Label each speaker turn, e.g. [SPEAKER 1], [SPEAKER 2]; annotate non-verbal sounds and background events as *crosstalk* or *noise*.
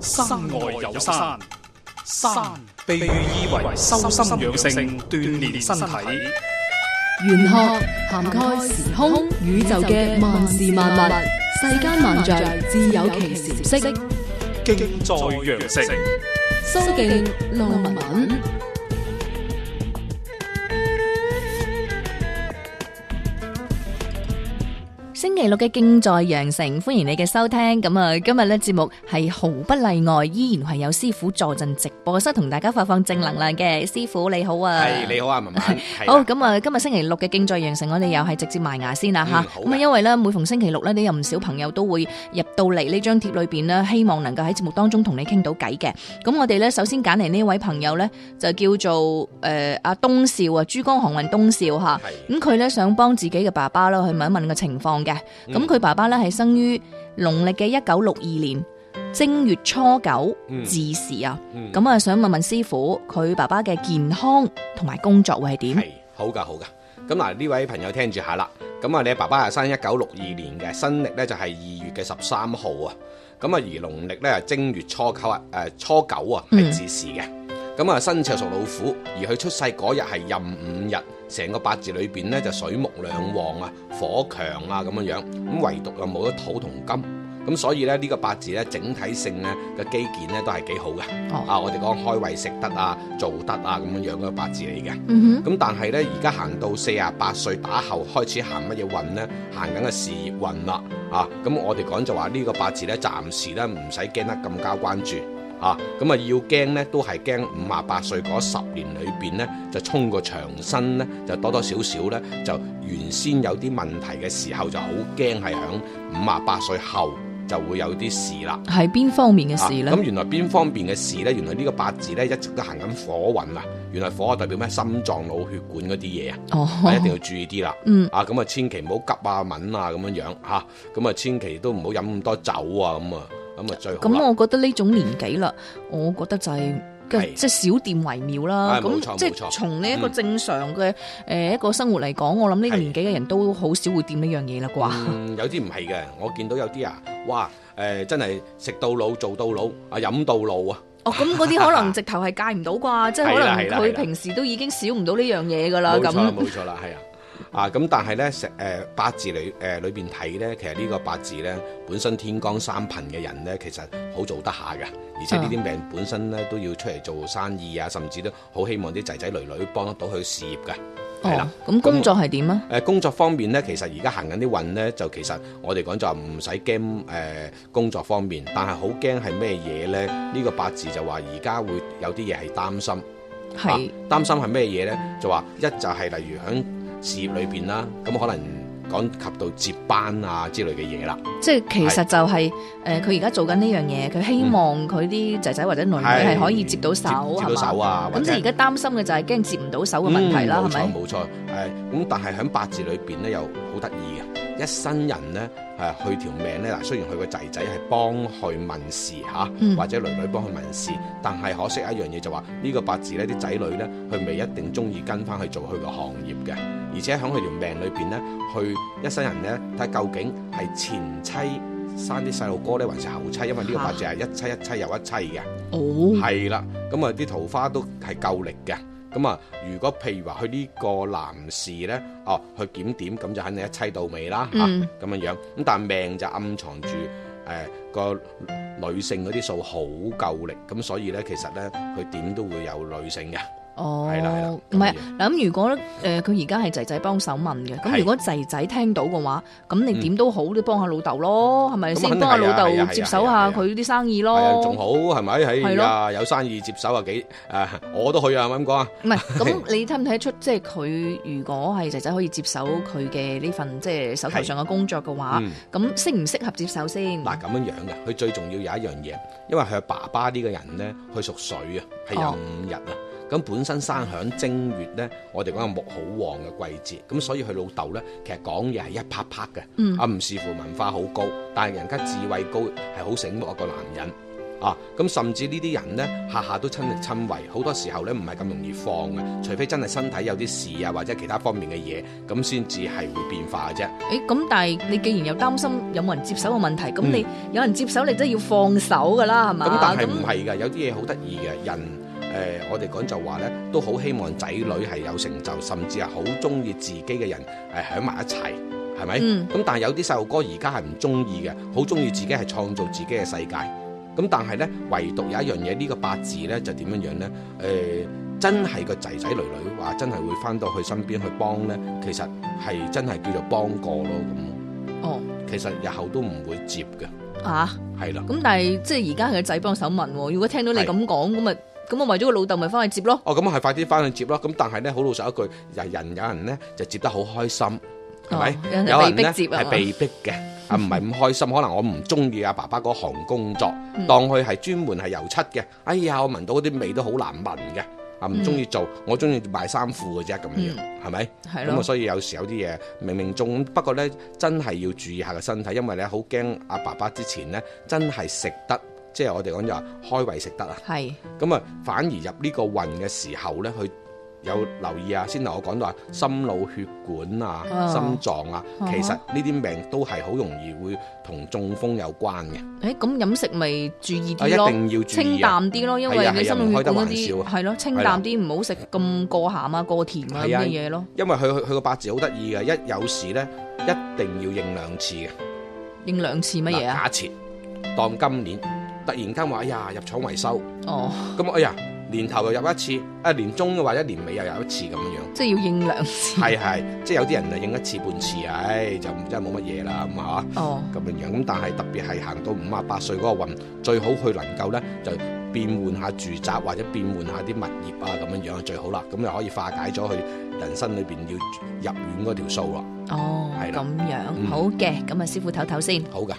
[SPEAKER 1] 山外有山，山被寓意為修心養性、鍛鍊身體。
[SPEAKER 2] 玄學涵蓋時空宇宙嘅萬事萬物，世間萬象自有其時色。
[SPEAKER 1] 敬在羊城，
[SPEAKER 2] 蘇敬路文。
[SPEAKER 3] 星期六嘅敬在羊城，歡迎你嘅收聽。咁啊，今日呢節目係毫不例外，依然係有師傅坐鎮直播室，同大家發放正能量嘅。師傅你好啊，
[SPEAKER 4] 係你好啊，文文。
[SPEAKER 3] *laughs*
[SPEAKER 4] 係
[SPEAKER 3] 好
[SPEAKER 4] 啦
[SPEAKER 3] 咁啊！今日星期六嘅敬在羊城，我哋又係直接埋牙先啦
[SPEAKER 4] 嗯
[SPEAKER 3] 吓。
[SPEAKER 4] 好
[SPEAKER 3] 咁啊，
[SPEAKER 4] 啊
[SPEAKER 3] 因為咧每逢星期六咧，你有唔少朋友都會入到嚟呢張貼裏邊咧，希望能夠喺節目當中同你傾到偈嘅。咁我哋咧首先揀嚟呢位朋友咧，就叫做誒阿東少啊，珠江航運東少吓。
[SPEAKER 4] 係
[SPEAKER 3] 咁佢咧想幫自己嘅爸爸啦，去問一問個情況嘅。咁
[SPEAKER 4] 嗯
[SPEAKER 3] 佢爸爸咧係生於農曆嘅一九六二年正月初九
[SPEAKER 4] 嗯
[SPEAKER 3] 巳時啊。
[SPEAKER 4] 嗯
[SPEAKER 3] 咁啊，想問問師傅，佢爸爸嘅健康同埋工作會係點？
[SPEAKER 4] 係好噶好噶。咁嗱，呢位朋友聽住下啦。咁啊，你爸爸係生一九六二年嘅，新歷咧就係二月嘅十三號啊。咁啊，而農曆咧係正月初九啊，誒、初九啊
[SPEAKER 3] 嗯
[SPEAKER 4] 係自時嘅。咁啊，生肖屬老虎，而佢出世嗰日係壬午日，成個八字裏邊咧就水木兩旺啊，火強啊咁樣樣。咁唯獨又冇咗土同金。咁所以咧，呢個八字咧，整體性咧嘅基建咧都係幾好嘅。
[SPEAKER 3] 哦
[SPEAKER 4] 啊，我哋講開胃食得啊，做得啊咁樣樣嘅八字嚟嘅。
[SPEAKER 3] 嗯
[SPEAKER 4] 咁但係咧，而家行到四啊八歲打後開始行乜嘢運呢？行緊嘅事業運啦，啊！咁我哋講就話呢個八字咧，暫時咧唔使驚得咁交關注啊！咁啊要驚呢，都係驚五啊八歲嗰十年裏邊呢，就衝個長身呢，就多多少少呢，就原先有啲問題嘅時候就好驚係響五啊八歲後就會有啲事啦。
[SPEAKER 3] 哼，係邊方面嘅事咧
[SPEAKER 4] 啊咁、？原來邊方面嘅事呢？原來呢個八字呢，一直都行緊火運啊！原來火啊代表咩？心臟、腦血管嗰啲嘢啊，
[SPEAKER 3] 哦，
[SPEAKER 4] 一定要注意啲啦。
[SPEAKER 3] 嗯
[SPEAKER 4] 啊，咁啊，千祈唔好急啊、敏啊咁樣樣嚇，咁啊，千祈都唔好飲咁多酒啊咁啊，咁啊最好
[SPEAKER 3] 咁
[SPEAKER 4] 啦。
[SPEAKER 3] 我覺得呢種年紀啦，我覺得就係、
[SPEAKER 4] 係
[SPEAKER 3] 即係小店為妙啦，
[SPEAKER 4] 啊冇
[SPEAKER 3] 咁
[SPEAKER 4] 錯
[SPEAKER 3] 即
[SPEAKER 4] 冇
[SPEAKER 3] 係
[SPEAKER 4] 錯嗯
[SPEAKER 3] 從呢一個正常嘅誒一個生活嚟講，我諗呢個
[SPEAKER 4] 係
[SPEAKER 3] 年紀嘅人都好少會掂呢樣嘢啦啩。
[SPEAKER 4] 嗯，有啲唔係嘅，我見到有啲啊，哇，誒、真係食到老做到老啊，飲到老啊，
[SPEAKER 3] 哦，咁嗰啲可能直頭係戒唔
[SPEAKER 4] *laughs*
[SPEAKER 3] 到啩，即係可
[SPEAKER 4] 係
[SPEAKER 3] 能
[SPEAKER 4] 啦係啦係
[SPEAKER 3] 佢
[SPEAKER 4] 啦
[SPEAKER 3] 平時都已經少唔到呢樣嘢㗎啦。
[SPEAKER 4] 冇錯啦，
[SPEAKER 3] 咁
[SPEAKER 4] 冇錯啦，係啊。啊，咁但係咧，食誒、八字裏誒、裏邊睇咧，其實呢個八字咧，本身天光三貧嘅人咧，其實好做得下嘅，而
[SPEAKER 3] 啊
[SPEAKER 4] 且呢啲命本身咧都要出嚟做生意啊，甚至都好希望啲仔仔女女幫得到佢事業嘅，係啦
[SPEAKER 3] 哦。，咁工作係點啊？
[SPEAKER 4] 誒工作方面咧，其實而家行緊啲運咧，就其實我哋講就話唔使驚誒工作方面，但係好驚係咩嘢咧？呢、個八字就話而家會有啲嘢係擔心，啊
[SPEAKER 3] 係
[SPEAKER 4] 擔心係咩嘢咧？就話一就係例如響事業裏邊啦，咁可能講及到接班啊之類嘅嘢啦，
[SPEAKER 3] 即係其實就係誒佢而家做緊呢樣嘢，佢希望佢啲仔仔或者女女係可以接到手，
[SPEAKER 4] 嗯接接
[SPEAKER 3] 係
[SPEAKER 4] 到
[SPEAKER 3] 嘛
[SPEAKER 4] 手？啊，或
[SPEAKER 3] 咁即
[SPEAKER 4] 者
[SPEAKER 3] 係而家擔心嘅就係驚接唔到手嘅問題啦，
[SPEAKER 4] 嗯
[SPEAKER 3] 係咪、
[SPEAKER 4] 冇錯冇錯，誒、咁但係喺八字裏邊咧又好得意嘅，一生人咧誒佢條命咧嗱，雖然佢個仔仔係幫佢問事嚇，
[SPEAKER 3] 嗯
[SPEAKER 4] 或者女女幫佢問事，但係可惜一樣嘢就話呢、個八字咧啲仔女咧佢未一定中意跟翻去做佢個行業嘅，而且喺佢條命裏邊咧，佢一生人咧睇下究竟係前妻。生啲細路哥咧，還是後妻？因為呢個八字係一妻一妻又一妻嘅。
[SPEAKER 3] 哦，
[SPEAKER 4] 係啦，咁啊啲桃花都係夠力嘅。咁啊，如果譬如話佢呢個男士呢，哦，去檢點咁就肯定一妻到尾啦啊嚇，咁、
[SPEAKER 3] 嗯
[SPEAKER 4] 樣樣。咁但係命就暗藏住誒、個女性嗰啲數好夠力，咁所以呢，其實呢，佢點都會有女性嘅。係啦係啦
[SPEAKER 3] 哦，唔
[SPEAKER 4] 咁啊
[SPEAKER 3] 係
[SPEAKER 4] 嘅
[SPEAKER 3] 嗱咁。如果誒佢而家係仔仔幫手問嘅，咁
[SPEAKER 4] 係
[SPEAKER 3] 如果仔仔聽到嘅話，咁你點都好都幫下老豆咯，係咪
[SPEAKER 4] 咁
[SPEAKER 3] 先
[SPEAKER 4] 肯定
[SPEAKER 3] 幫下
[SPEAKER 4] 係啊
[SPEAKER 3] 老
[SPEAKER 4] 係
[SPEAKER 3] 豆
[SPEAKER 4] 啊
[SPEAKER 3] 接
[SPEAKER 4] 係啊
[SPEAKER 3] 手
[SPEAKER 4] 係
[SPEAKER 3] 下
[SPEAKER 4] 啊
[SPEAKER 3] 佢啲生意
[SPEAKER 4] 係啊，仲
[SPEAKER 3] 咯？
[SPEAKER 4] 好係咪？係
[SPEAKER 3] 係咯
[SPEAKER 4] 啊，有生意接手啊幾誒，我都去啊，係咪咁講啊？
[SPEAKER 3] 唔係
[SPEAKER 4] *laughs*
[SPEAKER 3] 咁，你睇唔睇得出即係佢如果係仔仔可以接手佢嘅呢份即係手頭上嘅工作嘅話，
[SPEAKER 4] 嗯
[SPEAKER 3] 咁適唔適合接手先？
[SPEAKER 4] 嗱咁樣樣嘅，佢最重要有一樣嘢，因為佢爸爸呢個人呢，佢屬水啊，係有
[SPEAKER 3] 嗯哦
[SPEAKER 4] 五日啊。咁本身生響正月呢，我哋講個木好旺嘅季節，咁所以佢老豆呢，其實講嘢係一啪啪嘅，
[SPEAKER 3] 嗯
[SPEAKER 4] 啊唔視乎文化好高，但係人家智慧高，係好醒目一個男人。啊，咁甚至呢啲人呢，下下都親
[SPEAKER 3] 嗯
[SPEAKER 4] 力親為，好多時候呢唔係咁容易放嘅，除非真係身體有啲事啊或者其他方面嘅嘢，咁先至係會變化嘅啫。
[SPEAKER 3] 诶，咁但係你既然又擔心有冇人接手嘅問題，咁你有人接手，你真係要放手噶啦，係嘛？
[SPEAKER 4] 咁但係唔係㗎？有啲嘢好得意嘅人。誒、我哋講就話咧，都好希望仔女係有成就，甚至係好中意自己嘅人誒喺埋一齊，係咪？咁、
[SPEAKER 3] 嗯
[SPEAKER 4] 但係有啲細路哥而家係唔中意嘅，好中意自己係創造自己嘅世界。咁但係咧，唯獨有一樣嘢，呢、個八字咧就點樣樣咧？誒、真係個仔仔女女話真係會翻到去身邊去幫咧，其實係真係叫做幫過咯
[SPEAKER 3] 哦
[SPEAKER 4] 咁。其實日後都唔會接嘅，
[SPEAKER 3] 啊，
[SPEAKER 4] 係啦。
[SPEAKER 3] 咁但係即係而家佢嘅仔幫手問喎，如果聽到你
[SPEAKER 4] 係
[SPEAKER 3] 咁講，咁咪咁我為咗個老豆咪翻去接咯。
[SPEAKER 4] 哦，咁係快啲翻去接咯。咁但係咧，好老實一句，人人有人咧就接得好開心，係咪
[SPEAKER 3] 哦？有人係
[SPEAKER 4] 有人
[SPEAKER 3] 被
[SPEAKER 4] 咧
[SPEAKER 3] 逼接啊
[SPEAKER 4] 係
[SPEAKER 3] 嘛
[SPEAKER 4] 被逼嘅，啊唔係咁開心。可能我唔中意阿爸爸嗰行工作，
[SPEAKER 3] 嗯
[SPEAKER 4] 當佢係專門係油漆嘅。哎呀，我聞到嗰啲味都好難聞嘅。啊，
[SPEAKER 3] 嗯
[SPEAKER 4] 唔中意做，我中意賣衫褲嘅啫，咁樣樣係咪？
[SPEAKER 3] 係
[SPEAKER 4] 咁啊，
[SPEAKER 3] 咯，
[SPEAKER 4] 所以有時有啲嘢冥冥中，不過呢，真係要注意下個身體，因為咧好驚阿爸爸之前呢，真係食得，即係我哋講就話開胃食得啊。
[SPEAKER 3] 係
[SPEAKER 4] 咁啊，反而入呢個運嘅時候呢，佢有留意啊。先頭我講到啊，心腦血管啊、
[SPEAKER 3] 啊
[SPEAKER 4] 心臟啊，
[SPEAKER 3] 啊哈
[SPEAKER 4] 其實呢啲病都係好容易會同中風有關嘅，
[SPEAKER 3] 誒咁飲食咪注意
[SPEAKER 4] 啊
[SPEAKER 3] 啲
[SPEAKER 4] 一
[SPEAKER 3] 咯。
[SPEAKER 4] 定要注
[SPEAKER 3] 清
[SPEAKER 4] 意啊。
[SPEAKER 3] 淡啲咯，因
[SPEAKER 4] 係
[SPEAKER 3] 為
[SPEAKER 4] 啊係啊
[SPEAKER 3] 你心腦血管嗰
[SPEAKER 4] 唔開得玩笑
[SPEAKER 3] 啲
[SPEAKER 4] 啊
[SPEAKER 3] 係咯，清淡啲，唔好食咁過鹹啊、過甜啊咁
[SPEAKER 4] 係啊
[SPEAKER 3] 嘅嘢咯。
[SPEAKER 4] 因為佢佢佢個八字好得意嘅，一有事呢，一定要應兩次嘅。
[SPEAKER 3] 應兩次乜嘢啊？
[SPEAKER 4] 嗱假設當今年突然間話，哎呀入廠維修，
[SPEAKER 3] 哦，
[SPEAKER 4] 咁哎呀年頭又入一次，啊年中嘅話一年尾又入一次咁樣樣。
[SPEAKER 3] 即係要應兩次。
[SPEAKER 4] 係係，即係有啲人啊應一次半次，唉、就真係冇乜嘢啦咁啊嚇
[SPEAKER 3] 哦，
[SPEAKER 4] 咁樣樣。咁但係特別係行到五啊八歲嗰個運，最好佢能夠咧就變換下住宅或者變換下啲物業啊咁樣樣就最好啦。咁就可以化解咗佢人生裏邊要入院嗰條數咯。
[SPEAKER 3] 哦，
[SPEAKER 4] 係啦
[SPEAKER 3] 咁樣
[SPEAKER 4] 嗯
[SPEAKER 3] 好嘅，咁啊，師傅唞唞先。
[SPEAKER 4] 好㗎。